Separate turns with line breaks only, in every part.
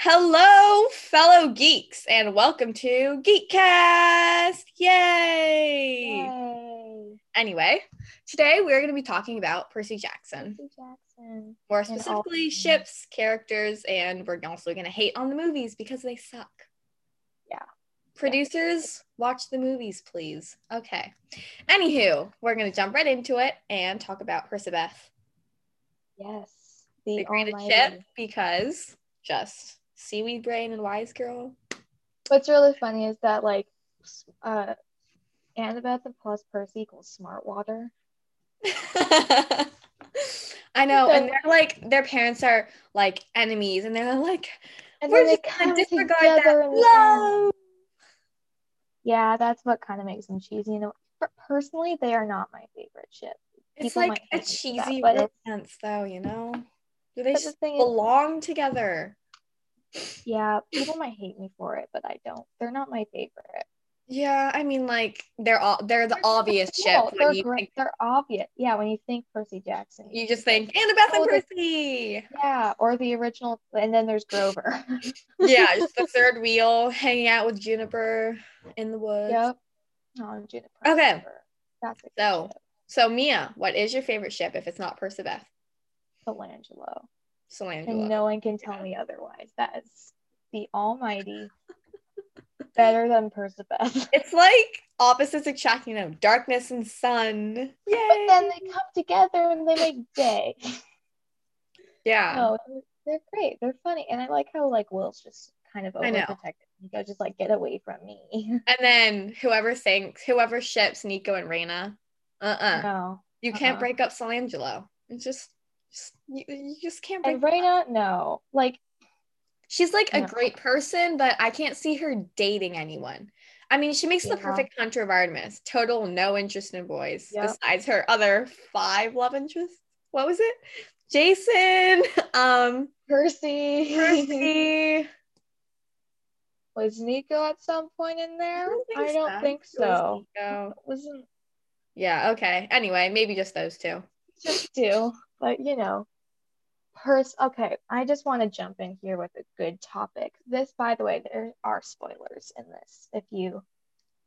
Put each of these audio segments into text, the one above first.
Hello, fellow geeks, and welcome to Geekcast! Yay!
Yay.
Anyway, today we're going to be talking about Percy Jackson,
Percy Jackson.
more
all
specifically
things.
ships, characters, and we're also going to hate on the movies because they suck.
Yeah.
Producers, watch the movies, please. Okay. Anywho, we're going to jump right into it and talk about Persebeth,
Yes. The,
the greatest ship,
almighty.
because just seaweed brain and wise girl.
What's really funny is that like s- uh Annabeth plus Percy equals smart water.
I know, and they're like their parents are like enemies, and they're like,
And
we're
then
just
they
gonna
come
disregard
together
that
in the end.
love.
Yeah, that's what kind of makes them cheesy. You know, Per- personally, they are not my favorite ship.
It's
People
like
might
a
hate that,
cheesy
but it's-
romance, though, you know. Do they
But the
just
thing is-
belong together?
Yeah, people might hate me for it, but I don't. They're not my favorite.
Yeah, I mean, like they're all they're the obvious ship.
No,
When
they're
you,
great.
think,
They're obvious. Yeah, when you think Percy Jackson,
you just think Annabeth and
Oh, they're-
Percy.
yeah, or the original, and then there's Grover.
yeah, just the third wheel, hanging out with Juniper in the woods.
Yep. Oh, Juniper.
Okay.
Juniper. That's a good
So-
ship.
So Mia, what is your favorite ship if it's not Persebeth?
Michelangelo.
Solangelo.
And no one can tell me otherwise. That is the almighty. Better than Persebeth.
It's like opposites attract, you know, darkness and sun. Yay!
then they come together and they make day.
yeah.
No, they're great. They're funny. And I like how like Will's just kind of
I know.
overprotective. Nico just like get away from me.
And then whoever thinks, whoever ships Nico and Reyna, uh uh
no.
you can't
uh-uh.
break up Solangelo. It's just, just you, you just can't break
And
them up.
Reyna, no. Like
She's like a
No.
great person, but I can't see her dating anyone. I mean, she makes the
Yeah.
perfect Hunter of Artemis. Total no interest in boys
Yep.
besides her other five love interests. What was it? Jason, um,
Percy.
Percy.
was Nico at some point in there?
don't think
I don't
so. It
think
was
so.
Nico.
Wasn't
Yeah, okay. Anyway, maybe just those two.
just do, but you know, pers. Okay, I just want to jump in here with a good topic. This, by the way, there are spoilers in this. If you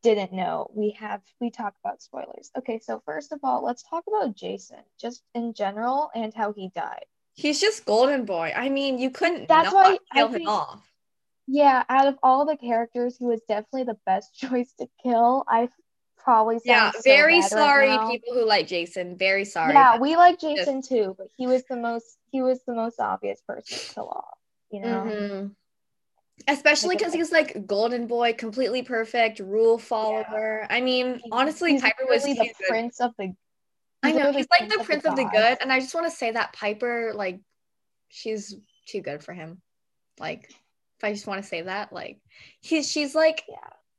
didn't know, we have we talk about spoilers. Okay, so first of all, let's talk about Jason just in general and how he died.
He's just golden boy. I mean, you couldn't
That's
not
why I
kill him
think-
off.
Yeah, out of all the characters, he was definitely the best choice to kill. I probably sound
Yeah,
so
very
bad right
sorry
now.
people who like Jason. Very sorry.
Yeah, we like Jason too, but he was the most he was the most obvious person to kill off. You know,
Mhm. Especially
Like,
because he's like golden boy, completely perfect, rule follower. I mean, honestly,
he's
Piper was
literally the
too good.
prince of the.
I know
literally
he's like the prince of the good, and I just want to say that Piper, like, she's too good for him. Like, if I just want to say that, like, he's she's like
Yeah.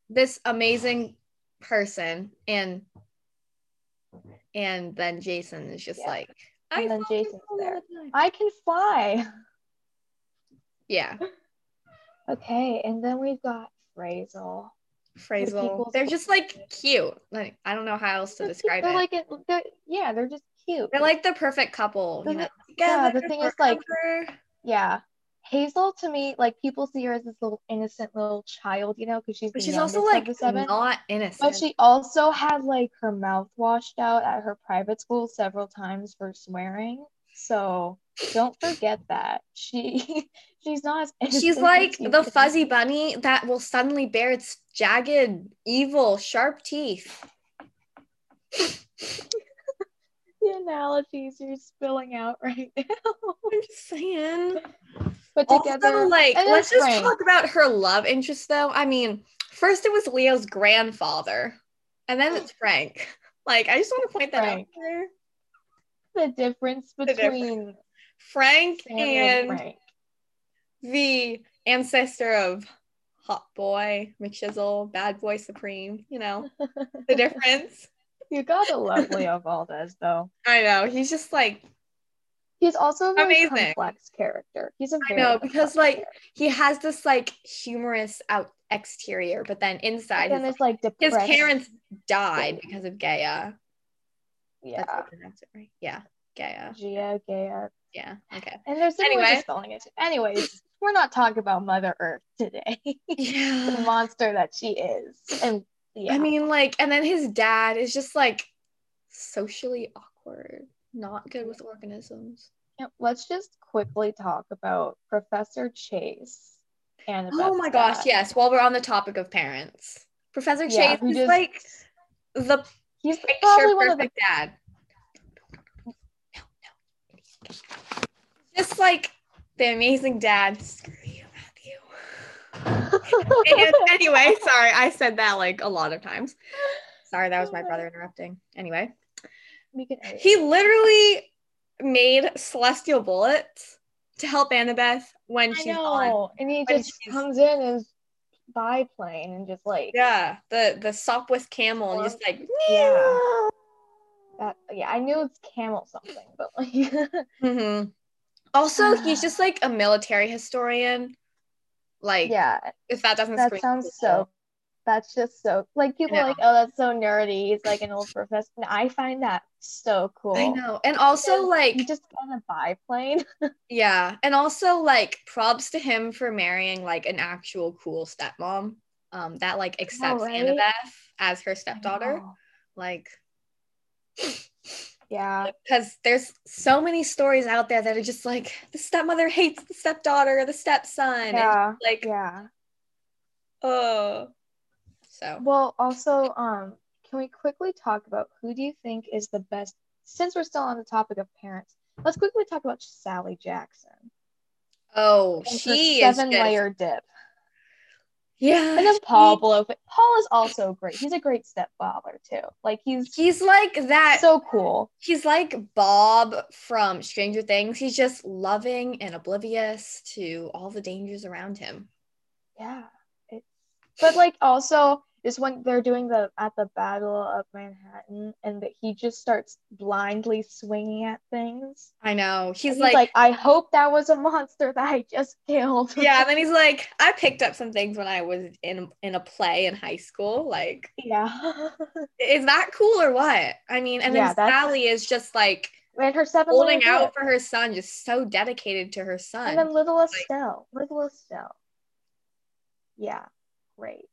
this amazing person, and and then Jason is just
Yeah.
like,
And then
felt you
Jason's
all
there.
the time."
I can fly.
Yeah,
Okay, and then we've got Frazel.
Phrasal.
people-
They're just like cute. Like, I don't know how else to describe
they're
it.
like it- they're, yeah, they're just cute.
They're like the perfect couple. You
They're
know,
yeah, the
together
thing is, like,
forever.
yeah. Hazel to me, like people see her as this little innocent little child, you know, because she's.
but
the
she's also
youngest of
like
the seven.
not innocent.
But she also had like her mouth washed out at her private school several times for swearing. So don't forget that she she's not. as
She's
innocent as
like
you
the
think.
fuzzy bunny that will suddenly bear its jagged, evil, sharp teeth.
The analogies you're spilling out right now.
I'm just saying.
But together,
Also, like,
and
let's
it's
just
Frank.
talk about her love interest, though. I mean, first it was Leo's grandfather, and then it's Frank. Like, I just want to point that
Frank.
out there.
the difference
difference.
between
Frank
Sam and
and
Frank.
the ancestor of Hot Boy, McChisel, Bad Boy Supreme, you know, the difference.
You gotta love Leo Valdez though.
I know. He's just like,
He's also a very
Amazing.
complex character. He's a
I
very
know, because,
complex
like,
character.
he has this like humorous out exterior, but then
But
inside
then
his,
there's like
his
depressed.
parents died because of Gaia. That's how
Yeah.
you pronounce it, right? Yeah, Gaia.
Gia Gay
Yeah. Okay.
And there's different ways
Anyway.
of spelling it. Anyways, we're not talking about Mother Earth today. the
Yeah.
monster that she is. And yeah.
I mean, like, and then his dad is just like socially awkward, not good with organisms.
Yeah, Let's just quickly talk about Professor Chase. And
Oh my gosh, yes. While we're on the topic of parents, Professor Chase
Yeah, who
is
just-
like the picture
he's probably one of the
perfect dad. Just like the amazing dad. Screw you, Matthew. And anyway, sorry, I said that like a lot of times. Sorry, that was my brother interrupting. Anyway,
we can edit.
he literally made celestial bullets to help Annabeth when
I
she's on.
know. And he
when
just
she's-
comes in as biplane and just like
Yeah, the the Sopwith camel, and just like
yeah. That, yeah, I knew it's camel something, but like
Mhm. Also, he's
Uh,
just like a military historian. Like,
yeah,
if that doesn't
that
scream
sounds
cool.
so that's just so like people
know.
are like, oh that's so nerdy. He's like an old professor. And I find that so cool.
I know, and also
Because
like,
He just on a biplane.
yeah, and also like, props to him for marrying like an actual cool stepmom. Um, that like accepts
Oh, right?
Annabeth as her stepdaughter.
Wow.
Like,
Yeah.
because there's so many stories out there that are just like the stepmother hates the stepdaughter, the stepson, and
Yeah.
like,
Yeah.
oh, so
Well, also, um, can we quickly talk about who do you think is the best? Since we're still on the topic of parents, let's quickly talk about Sally Jackson.
oh,
and her
she is just-
seven-layer dip,
Yeah.
and then
she-
Paul Blofeld. Paul is also great. He's a great stepfather too. Like he's
He's like that.
so cool.
he's like Bob from Stranger Things. He's just loving and oblivious to all the dangers around him.
Yeah. It's, but like also is when they're doing the at the Battle of Manhattan and that he just starts blindly swinging at things.
I know. He's,
He's
like,
like, I hope that was a monster that I just killed.
yeah. And then he's like, I picked up some things when I was in in a play in high school. Like,
yeah.
is that cool or what? I mean, and then
Yeah, that's-
Sally is just like
and her seven
holding
little
out
kids.
for her son, just so dedicated to her son.
and then little Estelle. Little Estelle. Yeah. Great.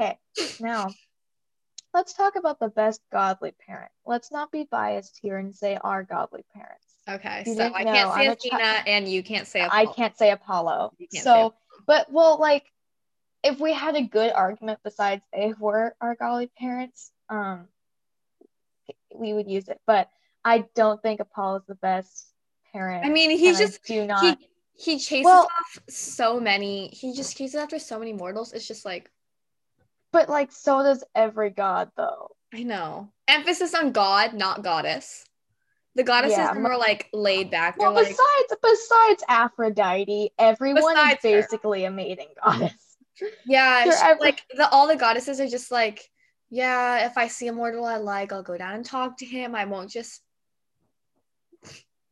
Okay. Now let's talk about the best godly parent. Let's not be biased here and say our godly parents.
okay,
You
so
didn't
I
know,
can't say
I'm a chi-
Athena, and you can't say
I
Apollo.
can't say Apollo.
You can't say
so, but well, like if we had a good argument besides they were our golly parents, um, we would use it. But I don't think Apollo's the best parent.
I mean, he's
and I
just
do not.
he he chases
Well-
off so many he just chases after so many mortals it's just like
but like, so does every god, though.
i know emphasis on god not goddess the goddesses
Yeah,
are more like laid back they're
Well,
like
besides besides Aphrodite, everyone is
Besides her.
basically a maiden goddess.
yeah
they're
she-
every-
like the all the goddesses are just like yeah if i see a mortal i like i'll go down and talk to him i won't just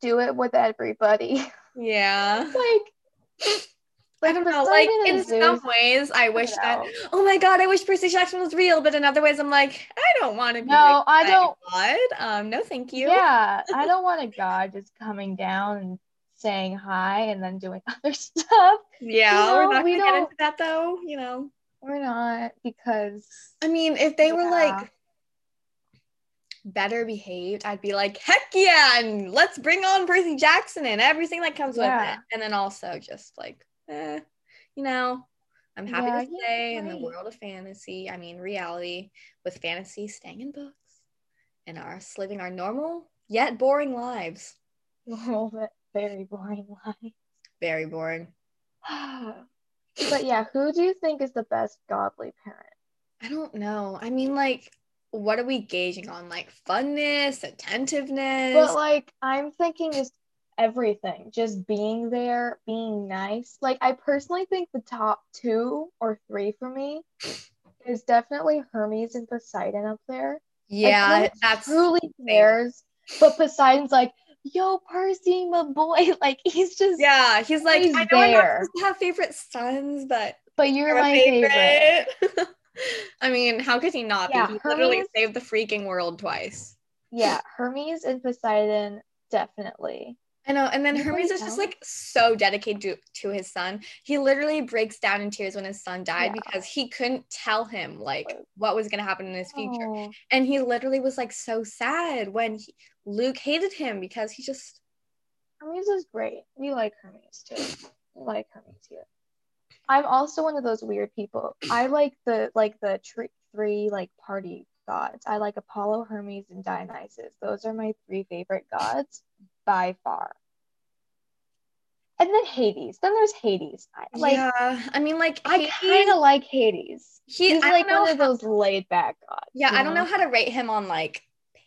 Do it with everybody.
yeah
like,
i don't know like
Poseidon and
in
Zeus,
some ways i
you
wish that
know.
oh my god i wish percy jackson was real but in other ways i'm like i don't want to be
No, I
raped
don't.
by god um no thank you
Yeah, I don't want a god just coming down and saying hi and then doing other stuff.
Yeah, we're
know,
not
we
gonna get
don't-
into that though, you know.
We're not because
I mean, if they were
Yeah.
like better behaved, I'd be like, heck yeah, and let's bring on Percy Jackson and everything that comes with
Yeah.
it. And then also just like, eh, you know, I'm happy to
Yeah, he's
stay in the
right.
world of fantasy. I mean reality, with fantasy staying in books and us living our normal yet boring lives.
all that very boring
Very boring.
life. but yeah, who do you think is the best godly parent?
I don't know. I mean, like, what are we gauging on? Like funness, attentiveness.
But like I'm thinking just everything, just being there, being nice. Like I personally think the top two or three for me is definitely Hermes and Poseidon up there. Like,
yeah,
no one
that's
truly cares. But Poseidon's like, yo, Percy, my boy. Like he's just
yeah. He's like,
He's
I know I'm
there.
not supposed to have favorite sons, but
but you're,
you're
my
my
favorite.
favorite. I mean, how could he not
Yeah,
be? He literally
Hermes-
saved the freaking world twice.
Yeah, Hermes and Poseidon, definitely.
I know. And then
Nobody
Hermes is
else?
just like so dedicated to, to his son. He literally breaks down in tears when his son died
Yeah.
because he couldn't tell him like what was going to happen in his future.
Oh,
And he literally was like so sad when he, Luke hated him because he just,
Hermes is great. We like Hermes too. We like Hermes here. I'm also one of those weird people. I like the like the tr- three like party gods. I like Apollo, Hermes, and Dionysus. Those are my three favorite gods by far. And then Hades. Then there's Hades. I, like
yeah. I mean, like,
I
Hades-
kind of like Hades.
he,
He's
I
like
don't know
one of
how-
those laid back gods.
yeah,
you
I don't know how to rate him on like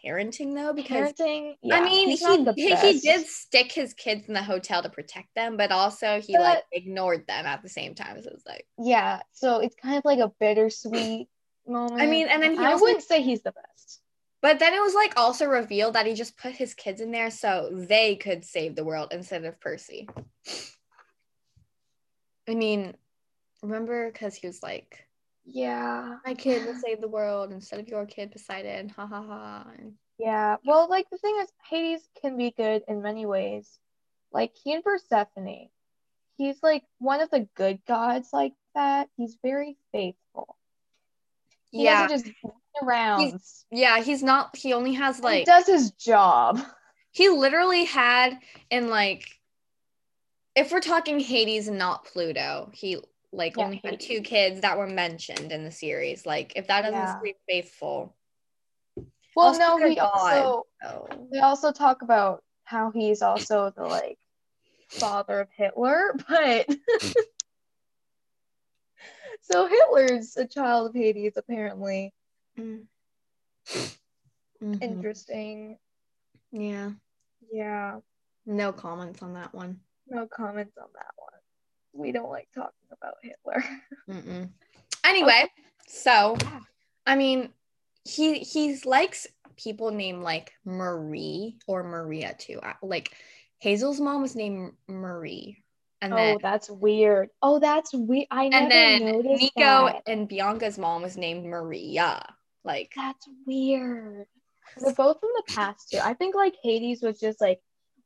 parenting though, because
parenting.
I
yeah,
mean,
he's
he,
not the
he, he
best.
did stick his kids in the hotel to protect them, but also he
But-
like ignored them at the same time. So it was like,
Yeah, so it's kind of like a bittersweet moment.
and then he
I
also-
wouldn't say he's the best.
but then it was like also revealed that he just put his kids in there so they could save the world instead of Percy. I mean, remember because he was like,
Yeah,
my kid will save the world instead of your kid, Poseidon. Ha ha ha. And
yeah. Well, like the thing is, Hades can be good in many ways. Like he and Persephone, he's like one of the good gods like that. He's very faithful. He
yeah,
doesn't just run around.
yeah, he's not. He only has
he
like
does his job.
he literally had in like if we're talking Hades and not Pluto, he like
Yeah,
only had
Hades.
two kids that were mentioned in the series. Like if that doesn't
Yeah.
seem faithful.
Well,
Also,
no,
they're
we
gods.
also
Oh.
we also talk about how he's also the like father of Hitler, but so Hitler's a child of Hades, apparently.
Mm.
Mm-hmm.
Mhm.
Interesting.
Yeah.
Yeah.
No comments on that one.
No comments on that one. We don't like talking about Hitler.
Mm-mm. Anyway, so
Yeah.
I mean, he he likes people named like Marie or Maria too. I- Like Hazel's mom was named Marie, and then
oh, that's weird. Oh, that's weird. I never
and then
noticed
Nico
that.
and Bianca's mom was named Maria. Like
That's weird. They're both from the past too. I think like Hades was just like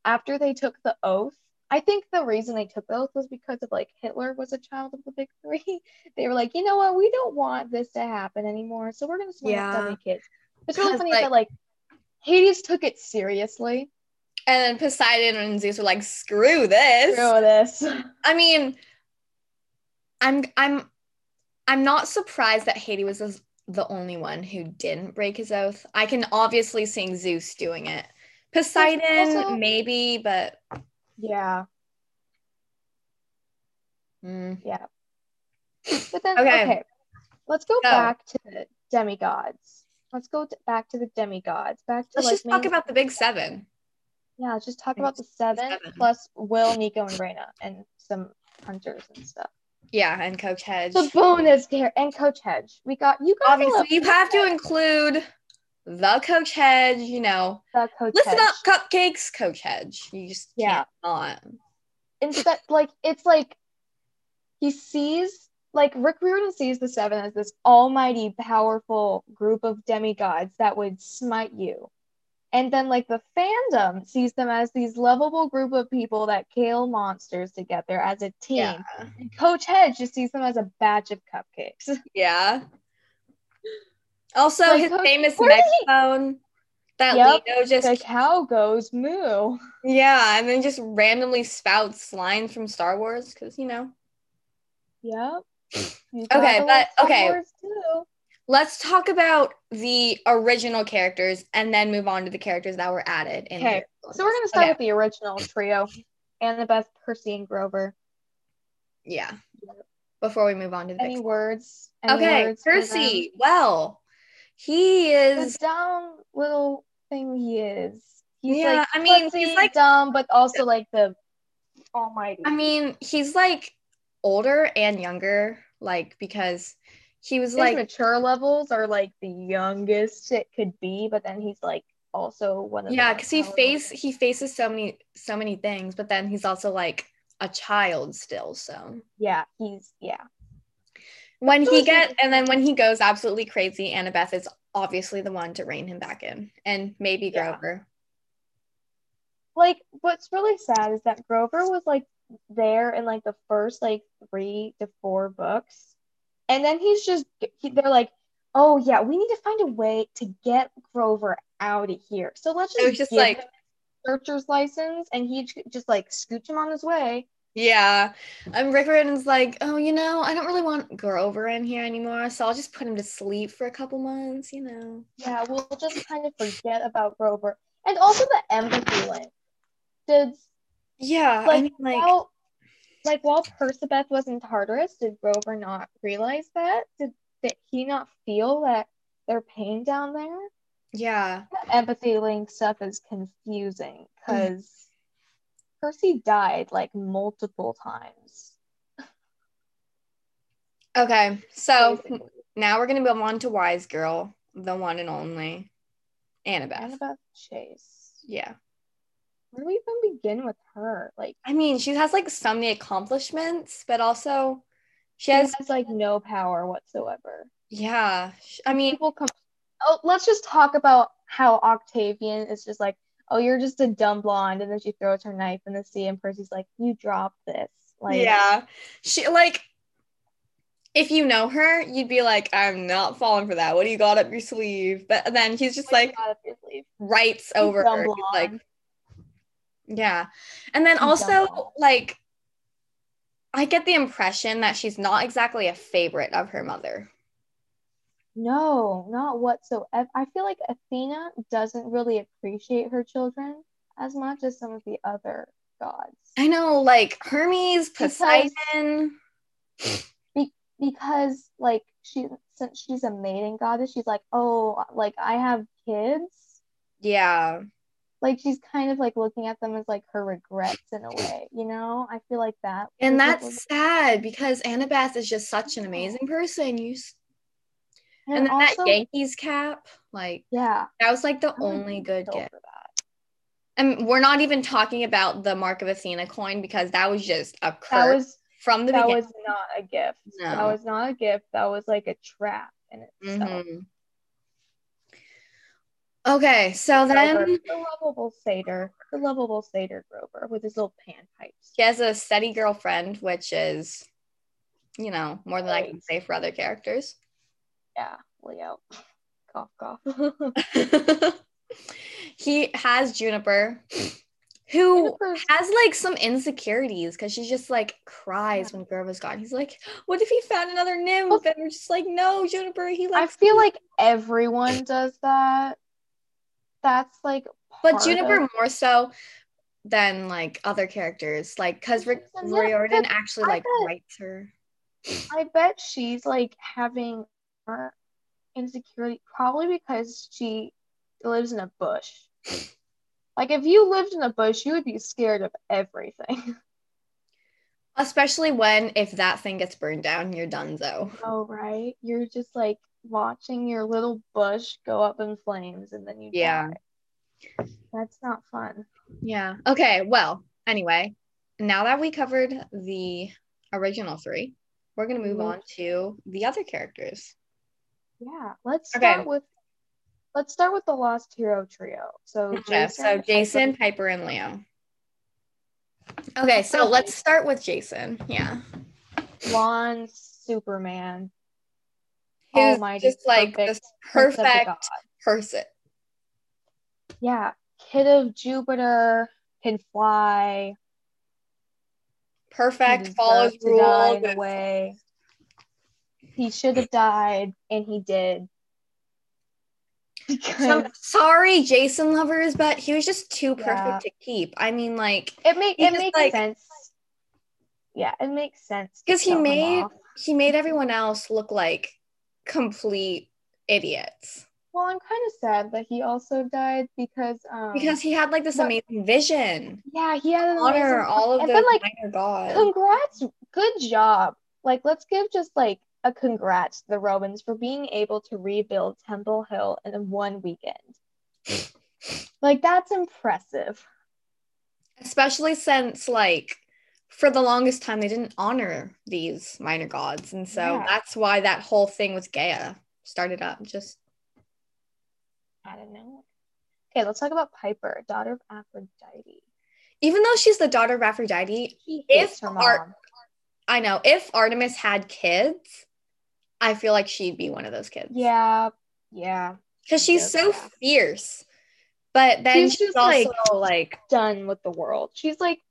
after they took the oath. I think the reason they took the oath was because of like Hitler was a child of the big three. They were like, you know what, we don't want this to happen anymore, so we're gonna just yeah.
Yeah.
seven kids. It's really
Because,
funny
like-
that like Hades took it seriously.
and then Poseidon and Zeus were like, screw this.
Through this.
I mean, I'm I'm I'm not surprised that Hades was the- the only one who didn't break his oath. I can obviously see Zeus doing it. Poseidon,
also-
maybe, but
Yeah,
mm,
yeah. But then okay.
Okay.
Let's go
So-
back to the demigods. Let's go t- back to the demigods. Back to
let's
like
just talk
mainly-
about the big seven.
Yeah, let's just talk
Okay,
about the seven,
seven.
plus Will, Nico, and Reyna, and some hunters and stuff.
Yeah, and Coach Hedge.
The bonus care and Coach Hedge. We got you got
obviously, you have to include the Coach Hedge. You know,
the Coach
listen
Hedge.
up, cupcakes, Coach Hedge. You just
Yeah.
can't not.
Instead, like it's like he sees like Rick Riordan sees the seven as this almighty, powerful group of demigods that would smite you. And then like the fandom sees them as these lovable group of people that kill monsters together as a team.
Yeah.
And Coach Hedge just sees them as a batch of cupcakes.
Yeah. Also,
Like,
his
Coach-
famous
where did he-
megaphone that
Yep,
Leo just
the cow goes moo.
yeah, and then just randomly spouts lines from Star Wars because you know.
Yep. You
Okay,
gotta
but-
like Star
okay.
Wars too.
Let's talk about the original characters and then move on to the characters that were added. In
Okay,
here.
So we're gonna start
Okay,
with the original trio, Annabeth, Percy, and Grover.
yeah. Before we move on to the big
Any words? Any
Okay,
words for them?
Percy. Well, he is.
The dumb little thing he is. He's
Yeah,
like
I mean, he's
klutzy,
like-
dumb, but also like the almighty.
I mean, he's like older and younger, like because he was
His
like,
mature levels are like the youngest it could be, but then he's like also one of the
yeah,
more
because he
powerful.
face he faces so many so many things, but then he's also like a child still. So
Yeah, he's yeah.
when
So
he
is he-
get and then when he goes absolutely crazy, Annabeth is obviously the one to rein him back in, and maybe
Yeah.
Grover.
like what's really sad is that Grover was like there in like the first like three to four books, and then he's just he, they're like, oh yeah, we need to find a way to get Grover out of here. So let's
It
just,
was just
give
like,
him a searcher's license, and he j- just like scooch him on his way.
yeah. And Rick Riordan's like, oh, you know, I don't really want Grover in here anymore, so I'll just put him to sleep for a couple months, you know.
Yeah, we'll just kind of forget about Grover, and also the empathy link. Did
Yeah, I
Like,
mean, like,
while like while Persebeth was in Tartarus, did Grover not realize that? Did, did he not feel that their pain down there?
yeah,
The empathy link stuff is confusing because Percy died like multiple times.
okay. So
basically.
now we're gonna move on to Wise Girl, the one and only Annabeth.
Annabeth Chase.
Yeah,
Where do we even begin with her? Like
I mean, she has like so many accomplishments, but also she
she
has,
has like no power whatsoever.
yeah. sh- I mean,
people come. Oh, let's just talk about how Octavian is just like, oh, you're just a dumb blonde, and then she throws her knife in the sea, and Percy's like, you dropped this. Like,
yeah, she like. If you know her, you'd be like, I'm not falling for that. What do you got up your sleeve? But then he's just
what you
like
got up your sleeve?
writes
You
over
dumb
her. He's like,
blonde.
yeah. And then
You dumb
also
blonde.
like I get the impression that she's not exactly a favorite of her mother.
no, not whatsoever. I feel like Athena doesn't really appreciate her children as much as some of the other gods
I know, like Hermes,
Because-
Poseidon.
because, like, she since she's a maiden goddess, she's like, oh, like I have kids.
yeah.
like she's kind of like looking at them as like her regrets in a way, you know? I feel like that.
And
is what
that's sad because Annabeth is just such an amazing person. You s-
we're-
and then that Yankees cap, like
yeah,
that was like the
I'm
only good
still
gift.
for that.
And we're not even talking about the Mark of Athena coin because that was just a
That
curse
was
from the
that
beginning.
was not a gift. That
No.
was not a gift. That was like a trap in itself.
Mhm. Okay, so then
Grover, the lovable satyr, the lovable satyr Grover with his little panpipes.
She has a steady girlfriend, which is, you know, more than I can say for other characters.
Yeah, Leo. Cough cough.
he has Juniper, who
Juniper's-
has like some insecurities because she just like cries when Grover's gone. He's like, "What if he found another nymph?" And we're just like, "No, Juniper, he
I
likes."
feel like everyone does that. That's like
but
part
Juniper
of-
more so than like other characters, like because Rick
Isn't it?
Riordan
But
actually
I
like
thought-
writes her.
I bet she's like having her insecurity probably because she lives in a bush. Like if you lived in a bush, you would be scared of everything.
Especially when if that thing gets burned down, you're done though.
Oh, right. You're just like watching your little bush go up in flames and then you
Yeah.
die. That's not fun.
Yeah. Okay. Well, anyway, now that we covered the original three, we're going to move
Mhm.
on to the other characters.
Yeah. Let's
Okay.
start with let's start with the Lost Hero trio. So
Yeah. So Jason, Piper, and Leo. Oh. Okay. So
Okay.
let's start with Jason. Yeah.
Piper, Lon, Superman. Oh
Who's
Almighty,
just like this
prince of the
perfect
gods.
person.
Yeah, kid of Jupiter can fly. he
Perfect,
deserved
follows
to die
rules.
in a way. He should have died, and he did. Because
Some, sorry, Jason lovers, but he was just too perfect
Yeah.
to keep. I mean, like,
it make
he
it
just,
makes
like-
sense. Yeah, it makes sense. to
because he
kill him
made
off.
he made everyone else look like complete idiots
Well, I'm kind of sad that he also died because um
because he had like this
But-
amazing vision
yeah he had an
honor
amazing-
all of
and
the
then, like,
minor gods
congrats good job like let's give just like a congrats to the romans for being able to rebuild temple hill in one weekend like that's impressive
especially since like for the longest time they didn't honor these minor gods and so
Yeah.
that's why that whole thing with gaia started up just
i don't know okay let's talk about piper daughter of aphrodite
even though she's the daughter of Aphrodite,
He
If
hates her mom.
Ar- I know if Artemis had kids, I feel like she'd be one of those kids.
yeah, yeah.
because she's so
Yeah.
fierce. But then
She's
she's,
just,
also
like-
like,
Done with the world. She's like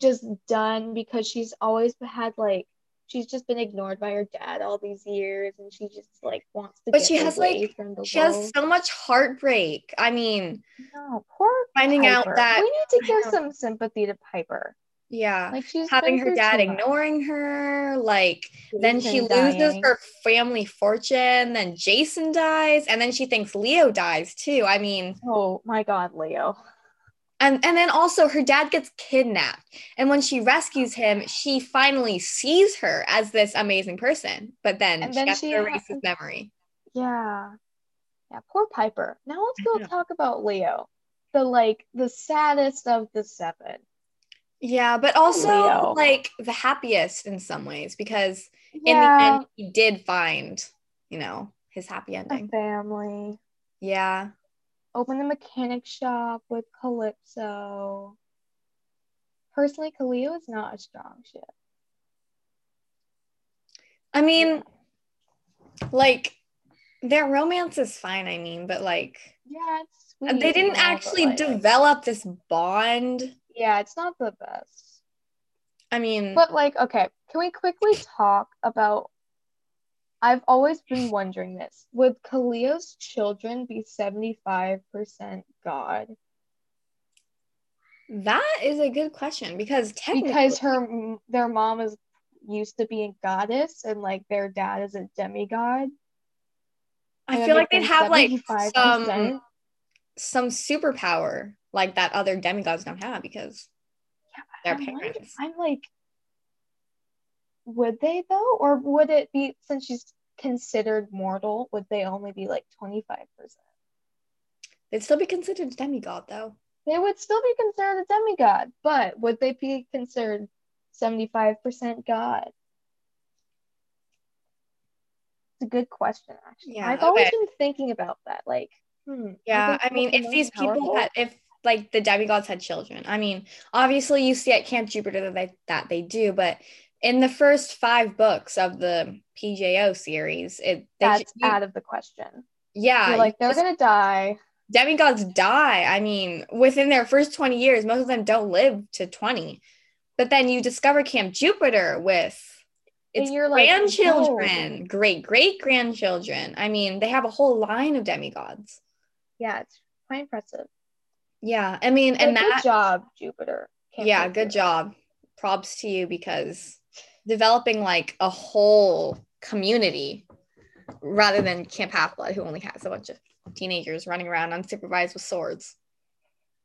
just done because she's always had like she's just been ignored by her dad all these years, and she just like wants to.
But
get
she has,
away
like-
from the
she
world.
has so much heartbreak. I mean,
no, poor
finding out
Piper.
that-
we need to
I
give
know.
some sympathy to Piper.
yeah,
Like she's
having
been
her
through
dad
too much.
ignoring her, like then she
Jason
loses
dying.
her family fortune, then Jason dies, and then she thinks Leo dies too. I mean,
Oh my God, Leo.
and and then also her dad gets kidnapped. And when she rescues him, she finally sees her as this amazing person. But then,
And
she
then
has
she
to erase
has-
his memory.
Yeah. Yeah, poor Piper. Now let's
I
go
know.
talk about Leo. The like the saddest of the seven.
Yeah, but also
Leo.
like the happiest in some ways because in the
Yeah,
end he did find, you know, his happy
a
ending.
family.
Yeah.
Open a mechanic shop with Calypso. Personally, Kaleo is not a strong ship.
I mean, like their romance is fine, I mean, but like
Yeah, it's sweet
they
and
didn't
all, but,
actually
like,
develop this bond.
Yeah, it's not the best.
I mean,
But like, okay, can we quickly talk about? I've always been wondering this. Would Kaleo's children be 75% God?
that is a good question because technically
Because her their mom is used to being goddess and like their dad is a demigod.
I
and
feel
then
like they'd
becomes
have like
75%.
some some superpower like that other demigods don't have because their
I'm wonder-
parents.
I'm like, would they though? Or would it be since she's considered mortal, would they only be like 25%?
They'd still be considered a demigod though.
They would still be considered a demigod, but would they be considered 75% God? It's a good question, actually.
Yeah,
I've always
okay.
been thinking about that. Like, hmm, are
Yeah,
they
I mean,
fucking
if these
really
people
powerful?
had, if like the demigods had children, I mean, obviously you see at Camp Jupiter that they, that they do, but in the first five books of the PJO series, it they,
that's
you-
out of the question.
yeah,
You're like,
you
they're
just-
gonna die.
demigods die. I mean, within their first twenty years, most of them don't live to twenty. But then you discover Camp Jupiter with
And
its
you're like,
grandchildren, great great grandchildren. I mean, they have a whole line of demigods.
Yeah, it's quite impressive.
Yeah, I mean, and
Like,
that
good job, Jupiter. Can't
yeah,
believe
good
you're-
job. Props to you because developing like a whole community rather than Camp Half Blood, who only has a bunch of teenagers running around unsupervised with swords.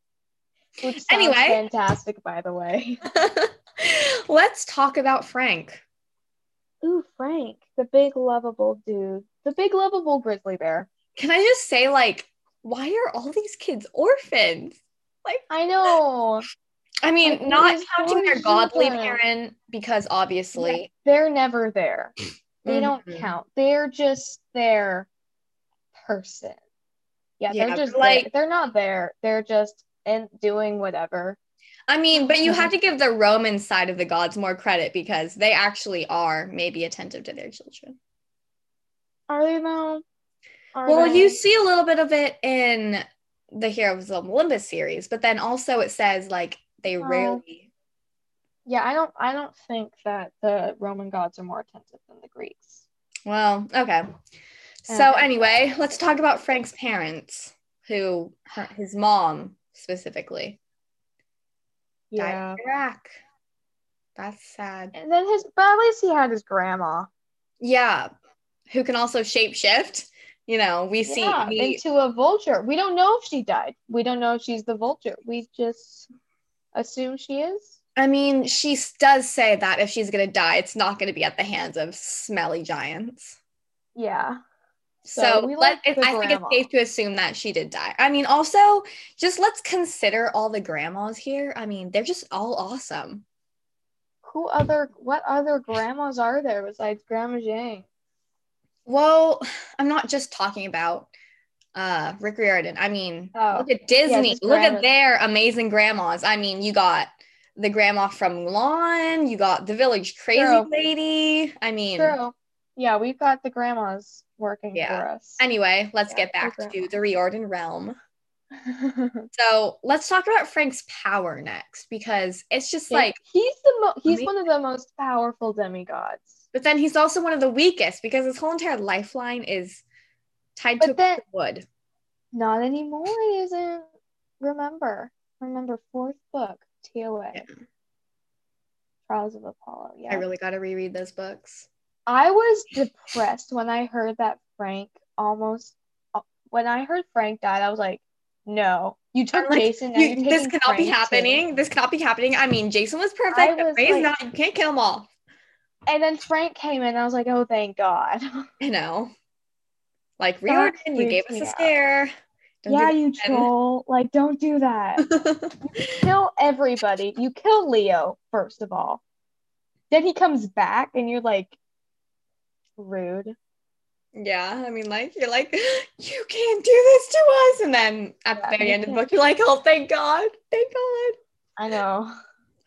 Which sounds
Anyway.
fantastic, by the way.
Let's talk about Frank.
Ooh, Frank, the big lovable dude, the big lovable grizzly bear.
Can I just say, like, why are all these kids orphans?
I know.
I mean,
Like,
not
there's
counting their
four
godly
children.
parent, because obviously
They're never there. They don't
Mhm.
count. They're just their person. Yeah,
Yeah,
they're just
like-
like they're not there. They're just and doing whatever.
I mean, but you
Mm-hmm.
have to give the Roman side of the gods more credit because they actually are maybe attentive to their children.
Are they though? Are
Well,
they?
you see a little bit of it in the Heroes of Olympus series, but then also it says like they
Well,
rarely.
Yeah, I don't I don't think that the Roman gods are more attentive than the Greeks.
Well, okay. So
Oh, Okay.
anyway, let's talk about Frank's parents, who her, his mom specifically died
Yeah.
in Iraq. That's sad.
And then his but at least he had his grandma.
Yeah, who can also shapeshift. You know, we see
Yeah,
we-
into a vulture. We don't know if she died. We don't know if she's the vulture. We just assume she is.
I mean, she s- does say that if she's going to die, it's not going to be at the hands of smelly giants.
Yeah.
So,
So we
let,
like
it,
the
I think it's
grandma.
safe to assume that she did die. I mean, also, just let's consider all the grandmas here. I mean, they're just all awesome.
Who other what other grandmas are there besides Grandma Jane?
Well, I'm not just talking about uh Rick Riordan. I mean,
Oh,
look at Disney.
his
look
grandma.
at their amazing grandmas. I mean, you got the grandma from Mulan. You got the Village Crazy
True.
Lady. I mean,
True. Yeah, we've got the grandmas working
Yeah.
for us.
anyway, let's
Yeah,
get back
her
to the Riordan realm. So let's talk about Frank's power next because it's just
He-
like,
he's the mo- he's
Amazing.
one of the most powerful demigods.
but then he's also one of the weakest because his whole entire lifeline is tied to
But then
wood.
not anymore. He isn't. Remember, remember fourth book TOA.
Yeah.
Trials of Apollo. Yeah.
I really got to reread those books.
I was depressed when I heard that Frank almost. When I heard Frank died, I was like, "No, you took
I'm like,
Jason. now
You-
you're
this
taking
cannot be
Frank, too."
happening. This cannot be happening. I mean, Jason was perfect.
was
but Ray's
like-
not. You can't kill them all.
And then Frank came in. I was like, "Oh, thank God."
You know, like
That
Riordan, you gave
freaked
us
me
a
out.
scare. Don't do
yeah, you
again.
troll. Like, don't do that.
that.
kill everybody. You kill Leo first of all. Then he comes back, and you're like, rude.
yeah, I mean, like you're like, you can't do this to us. And then at
Yeah,
the very
you
end of the
can't.
book, you're like, oh, thank God, thank God.
I know.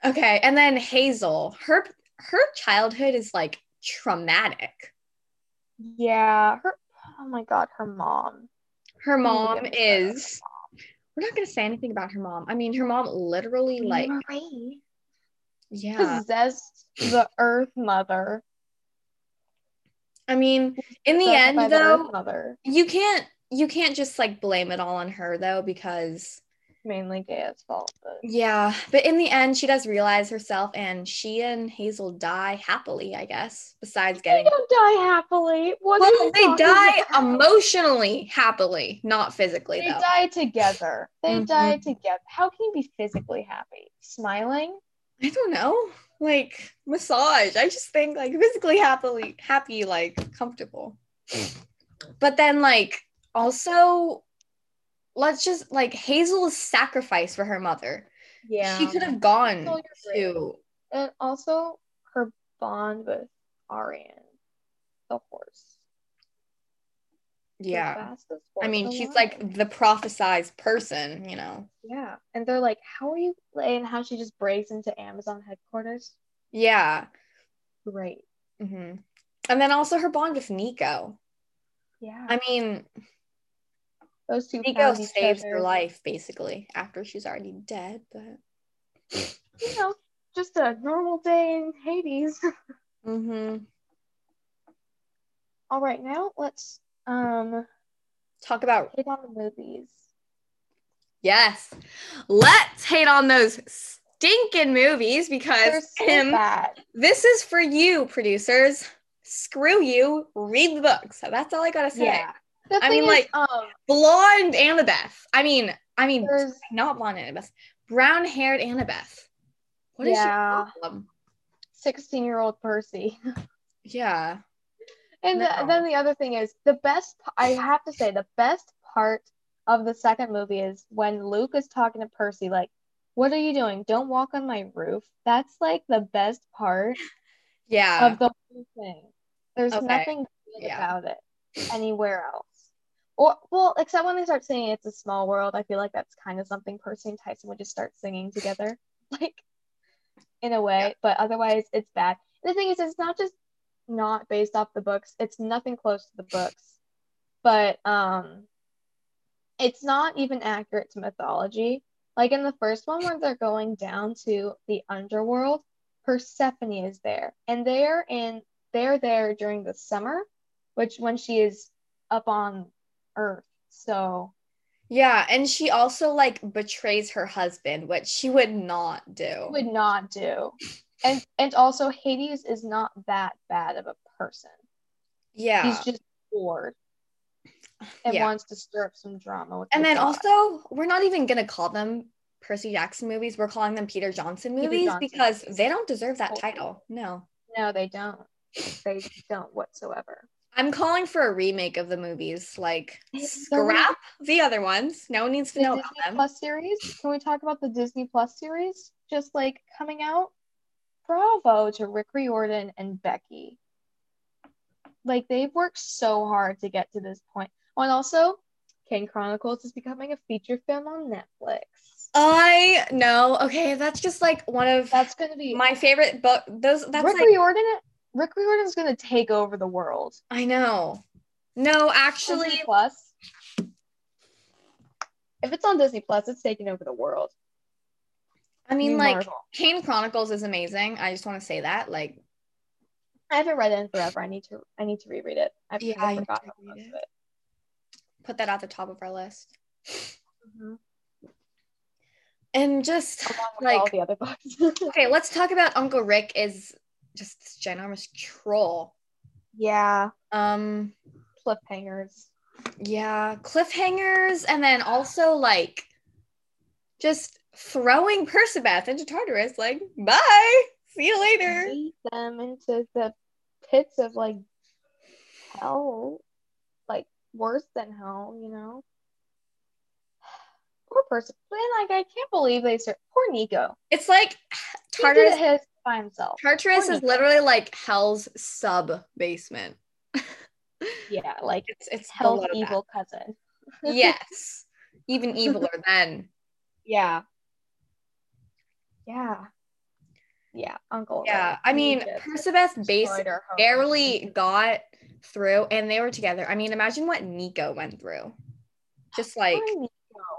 Okay, and then Hazel, her her childhood is like traumatic.
Yeah. Her. Oh my God. Her mom.
Her
need to
mom
get rid of her
is. We're not gonna say anything about her mom. I mean, her mom literally like,
Marie.
yeah.
possessed the Earth Mother.
I mean, in the
possessed
end
by
though,
Earth Mother
you can't you can't just like blame it all on her though because
mainly Gaia's fault, but
yeah, but in the end she does realize herself and she and Hazel die happily, I guess, besides
they
getting
don't die happily. What are
Well,
you
Oh they
talking
die
about?
emotionally happily, not physically
They
though.
die together. They
Mhm.
die together. How can you be physically happy? Smiling?
I don't know. Like massage. I just think like physically happily happy, like comfortable. But then like also let's just like Hazel's sacrifice for her mother. She could have gone
Hazel, you're
to
and also her bond with Arian, the horse. The
yeah.
fastest
I
horse
mean, she's
alive.
like the prophesized person, you know.
yeah. And they're like, how are you? And how she just breaks into Amazon headquarters.
Yeah.
Great.
hmm And then also her bond with Nico.
Yeah.
I mean,
Those two
Nico
found each
saves her
other.
life basically after she's already dead, but
you know, just a normal day in Hades.
Mhm.
All right, now let's um
talk about
hit on the movies.
Yes. Let's hate on those stinking movies
They're
because
so
Tim,
bad.
this is for you, producers. Screw you. Read the book. So that's all I gotta say.
Yeah. The
I
thing
mean,
is,
like,
um,
Blonde Annabeth. I mean, I mean,
there's
not blonde Annabeth. Brown haired Annabeth. What is
Yeah.
your problem?
16 year old Percy.
Yeah.
And the-
No.
then the other thing is, the best, I have to say, the best part of the second movie is when Luke is talking to Percy, like, what are you doing? Don't walk on my roof. That's like the best part.
Yeah.
of the whole thing. There's
Okay.
nothing good
Yeah.
about it anywhere else. Or well, except when they start singing "It's a Small World," I feel like that's kind of something Percy and Tyson would just start singing together, like in a way. But otherwise, it's bad. The thing is, it's not just not based off the books. It's nothing close to the books, but um, it's not even accurate to mythology. Like in the first one, where they're going down to the underworld, Persephone is there, and they're in they're there during the summer, which when she is up on Earth. So
yeah. And she also like betrays her husband, which she would not do.
would not do, and and also Hades is not that bad of a person.
yeah.
He's just bored and
Yeah.
wants to stir up some drama. With
And
the
then
god.
also, we're not even gonna call them Percy Jackson movies. We're calling them Peter Johnson
Peter
movies
Johnson
because
movies. Oh.
they don't deserve that
Totally.
title. No.
no, they don't. They don't whatsoever.
I'm calling for a remake of the movies. Like
It's so-
scrap the other ones. No one needs to
The
know
Disney
about them.
Plus series. Can we talk about the Disney Plus series? Just like coming out. Bravo to Rick Riordan and Becky. Like they've worked so hard to get to this point. Oh, and also, King Chronicles is becoming a feature film on Netflix.
I know. Okay, that's just like one of
That's gonna be
my favorite book. Those that's
Rick
like
Riordan. Rick Riordan's gonna take over the world.
I know. No, actually,
Disney Plus. If it's on Disney Plus, it's taking over the world.
I mean
New
like
Marvel.
Kane Chronicles is amazing. I just want to say that. Like,
I haven't read it in forever. I need to. I need to reread it. I've
Yeah,
kind
you
of
need to
forgotten
reread
most
it.
of it.
put that at the top of our list. Mm-hmm. And just
Along with all
like
the other books.
okay, let's talk about Uncle Rick is just this ginormous troll.
yeah,
Um,
cliffhangers.
yeah, cliffhangers, and then also like just throwing Persebeth into Tartarus. Like, bye, see you later.
Lead them into the pits of like hell, like worse than hell. You know. Poor person. And like, I can't believe they. Ser- Poor Nico.
It's like
He did
Tartarus.
his by himself.
Tartarus is
Horny.
literally like Hell's sub basement.
Yeah, like
It's it's
hell's
below that.
evil cousin.
yes even eviler then
Yeah. Yeah. Yeah, Uncle.
yeah
Rick.
i
He
mean
just
persebeth
destroyed
basically
our home.
barely got through and they were together i mean imagine what nico went through just like
Poor Nico.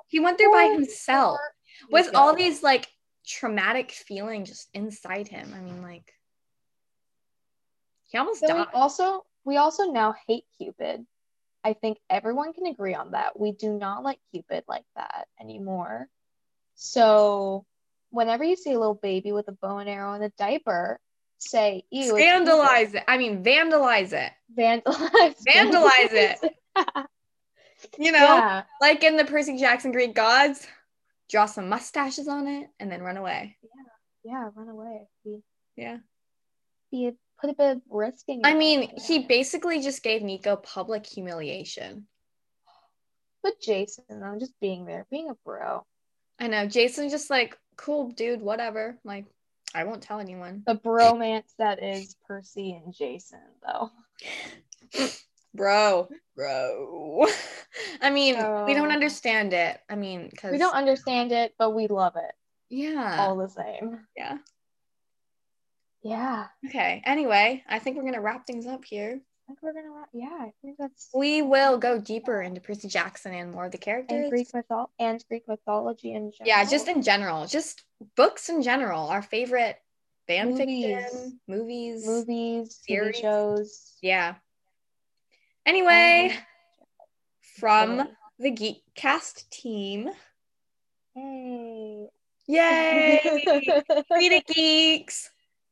he went through by
Poor
himself
Poor
with
Nico.
all these like traumatic feeling just inside him i mean like he almost
Then we
died
also we also now hate Cupid. I think everyone can agree on that. We do not like Cupid like that anymore. So whenever you see a little baby with a bow and arrow and a diaper, say ew. it's Cupid."
scandalize it i mean vandalize it
Vandalize.
Vandalize it. you know
Yeah.
like in the percy jackson greek gods draw some mustaches on it and then run away
Yeah, run away. Be,
Yeah.
Be put a bit of risk in.
I
your
mean,
life.
he basically just gave Nico public humiliation.
But Jason, I'm just being there, being a bro.
I know. Jason just like, cool, dude, whatever. Like, I won't tell anyone.
The bromance that is Percy and Jason, though.
Bro, bro. I mean, we don't
Bro.
understand it. I mean, because
Oh. We don't understand it, but we love it
Yeah.
all the same.
Yeah.
Yeah, I
Okay. Anyway, I think we're gonna wrap things up here.
think we're gonna. wrap- Yeah, I think that's
We will go deeper into Percy Jackson and more of the characters.
and Greek mythol and Greek mythology in general.
yeah, just in general, just books in general. Our favorite fan fiction, movies.
movies, TV
series.
shows.
Yeah. Anyway,
Um,
from the Geekcast team,
Hey.
yay! Free to geeks.